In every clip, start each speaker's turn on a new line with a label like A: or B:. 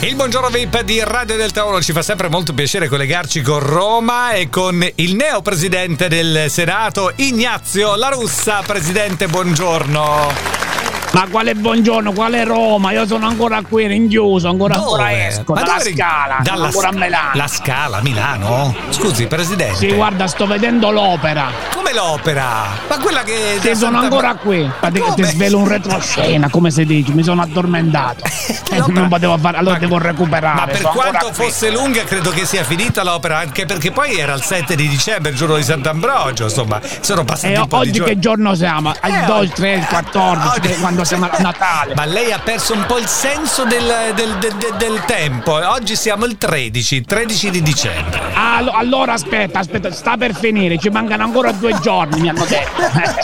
A: Il buongiorno VIP di Radio Delta 1 ci fa sempre molto piacere collegarci con Roma e con il neo presidente del Senato Ignazio La Russa. Presidente, buongiorno.
B: Ma quale buongiorno, quale Roma? Io sono ancora qui rinchiuso, ancora, ancora esco
A: Ma
B: dalla
A: dove-
B: scala, sono
A: dalla
B: ancora a
A: Sc-
B: Melano.
A: La Scala, Milano? Scusi, presidente.
B: Sì, guarda, sto vedendo l'opera.
A: Come l'opera? Ma quella che.
B: Sì,
A: da
B: sono
A: Santa-
B: ancora qui. Ma Ti,
A: Come?
B: ti svelo un retroscena, come si dice, mi sono addormentato. Eh,
A: L'opera-
B: non potevo fare, allora
A: Ma-
B: devo recuperare.
A: Ma per
B: sono ancora
A: quanto
B: qui.
A: fosse lunga, credo che sia finita l'opera, anche perché poi era il 7 di dicembre, il giorno di Sant'Ambrogio. Insomma, sono passati
B: E
A: un po'
B: Eh, oggi
A: di giorni.
B: che giorno siamo? Al
A: Eh,
B: 2,
A: oggi-
B: 3,
A: oggi-
B: 14, quando siamo a Natale.
A: Ma lei ha perso un po' il senso del, del- del- del- del tempo. Oggi siamo il 13, 13 di dicembre.
B: Allo- allora aspetta, aspetta, sta per finire, ci mancano ancora due giorni, mi hanno detto. Eh,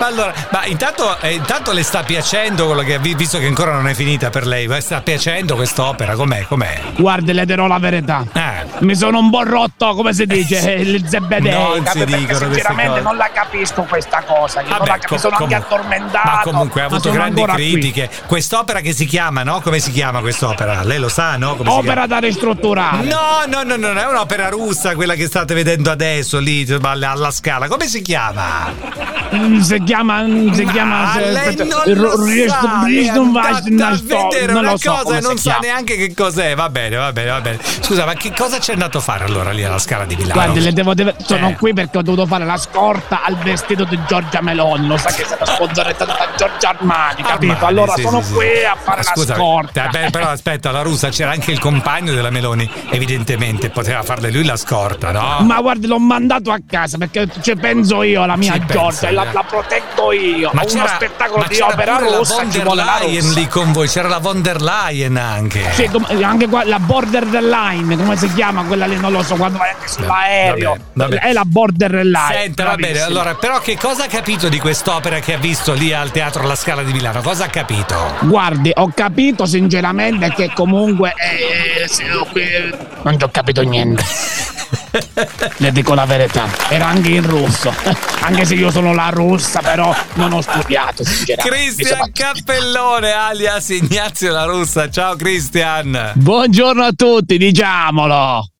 A: ma allora, ma intanto, eh, intanto le sta piacendo quello che vi- visto che ancora non è finita per lei, ma sta piacendo quest'opera? Com'è? Com'è?
B: Guarda, le dirò la verità.
A: Eh.
B: Mi sono un po' rotto, come si dice,
A: Eh, sì.
B: il zebedeo.
A: Non si
B: capito? Perché
A: dicono queste
B: Sinceramente
A: cose.
B: non la capisco questa cosa. Io non
A: Vabbè,
B: la cap-
A: com-
B: sono anche
A: comunque-
B: addormentato.
A: Ma comunque ha
B: ma
A: avuto
B: sono
A: grandi
B: ancora qui.
A: critiche. Quest'opera che si chiama, no? Come si chiama quest'opera? Lei lo sa, no? Come si
B: Opera da ristrutturare.
A: chiama? No, no, no, no, non è un'opera russa quella che state vedendo adesso lì alla, alla scala. Come si chiama?
B: Mm, Si chiama. mm, Si
A: Ma
B: chiama. se-
A: lei
B: aspetta,
A: non
B: il
A: lo
B: ro- rist-
A: sa, lei è
B: rist- non va-
A: andata
B: non
A: a
B: so,
A: vedere
B: non
A: una
B: lo so
A: cosa
B: come
A: e non
B: si
A: sa
B: chiama.
A: neanche che cos'è. Va bene, va bene, va bene. Scusa, ma che cosa c'è andato a fare allora lì alla scala di Milano?
B: Guarda, le devo- deve- sono
A: Eh.
B: qui perché ho dovuto fare la scorta al vestito di Giorgia Meloni. Lo sa che è stata sponsorizzata da Giorgia Armani, capito?
A: Armani,
B: allora
A: sì,
B: sono
A: sì, sì.
B: qui a fare
A: Ma scusa,
B: la scorta.
A: eh, beh, però aspetta, la russa c'era anche il compagno della Meloni, evidentemente poteva farle lui la scorta, no?
B: Ma guarda, l'ho mandato a casa perché ci penso io alla mia
A: Ci pensa,
B: Giorgia, la,
A: eh.
B: la proteggo io.
A: Ma
B: Uno spettacolo
A: ma
B: di
A: c'era
B: opera
A: pure
B: rossa ci
A: la von
B: vuole la
A: der Leyen
B: rossa.
A: lì con voi, c'era la von der Leyen anche.
B: Sì, com- anche qua la border line, come si chiama quella lì? Non lo so, quando vai anche sull'aereo.
A: va bene.
B: È la border line.
A: Senta, va bene,
B: bravissimo.
A: allora, però che cosa ha capito di quest'opera che ha visto lì al Teatro La Scala di Milano? Cosa ha capito?
B: Guardi, ho capito sinceramente che comunque. eh, eh, se- eh, non ci ho capito niente. Le dico la verità, era anche in russo. Anche se io sono la russa, però non ho studiato, sinceramente.
A: Cristian
B: Insomma,
A: Cappellone, alias Ignazio La Russa. Ciao Cristian.
B: Buongiorno a tutti, diciamolo!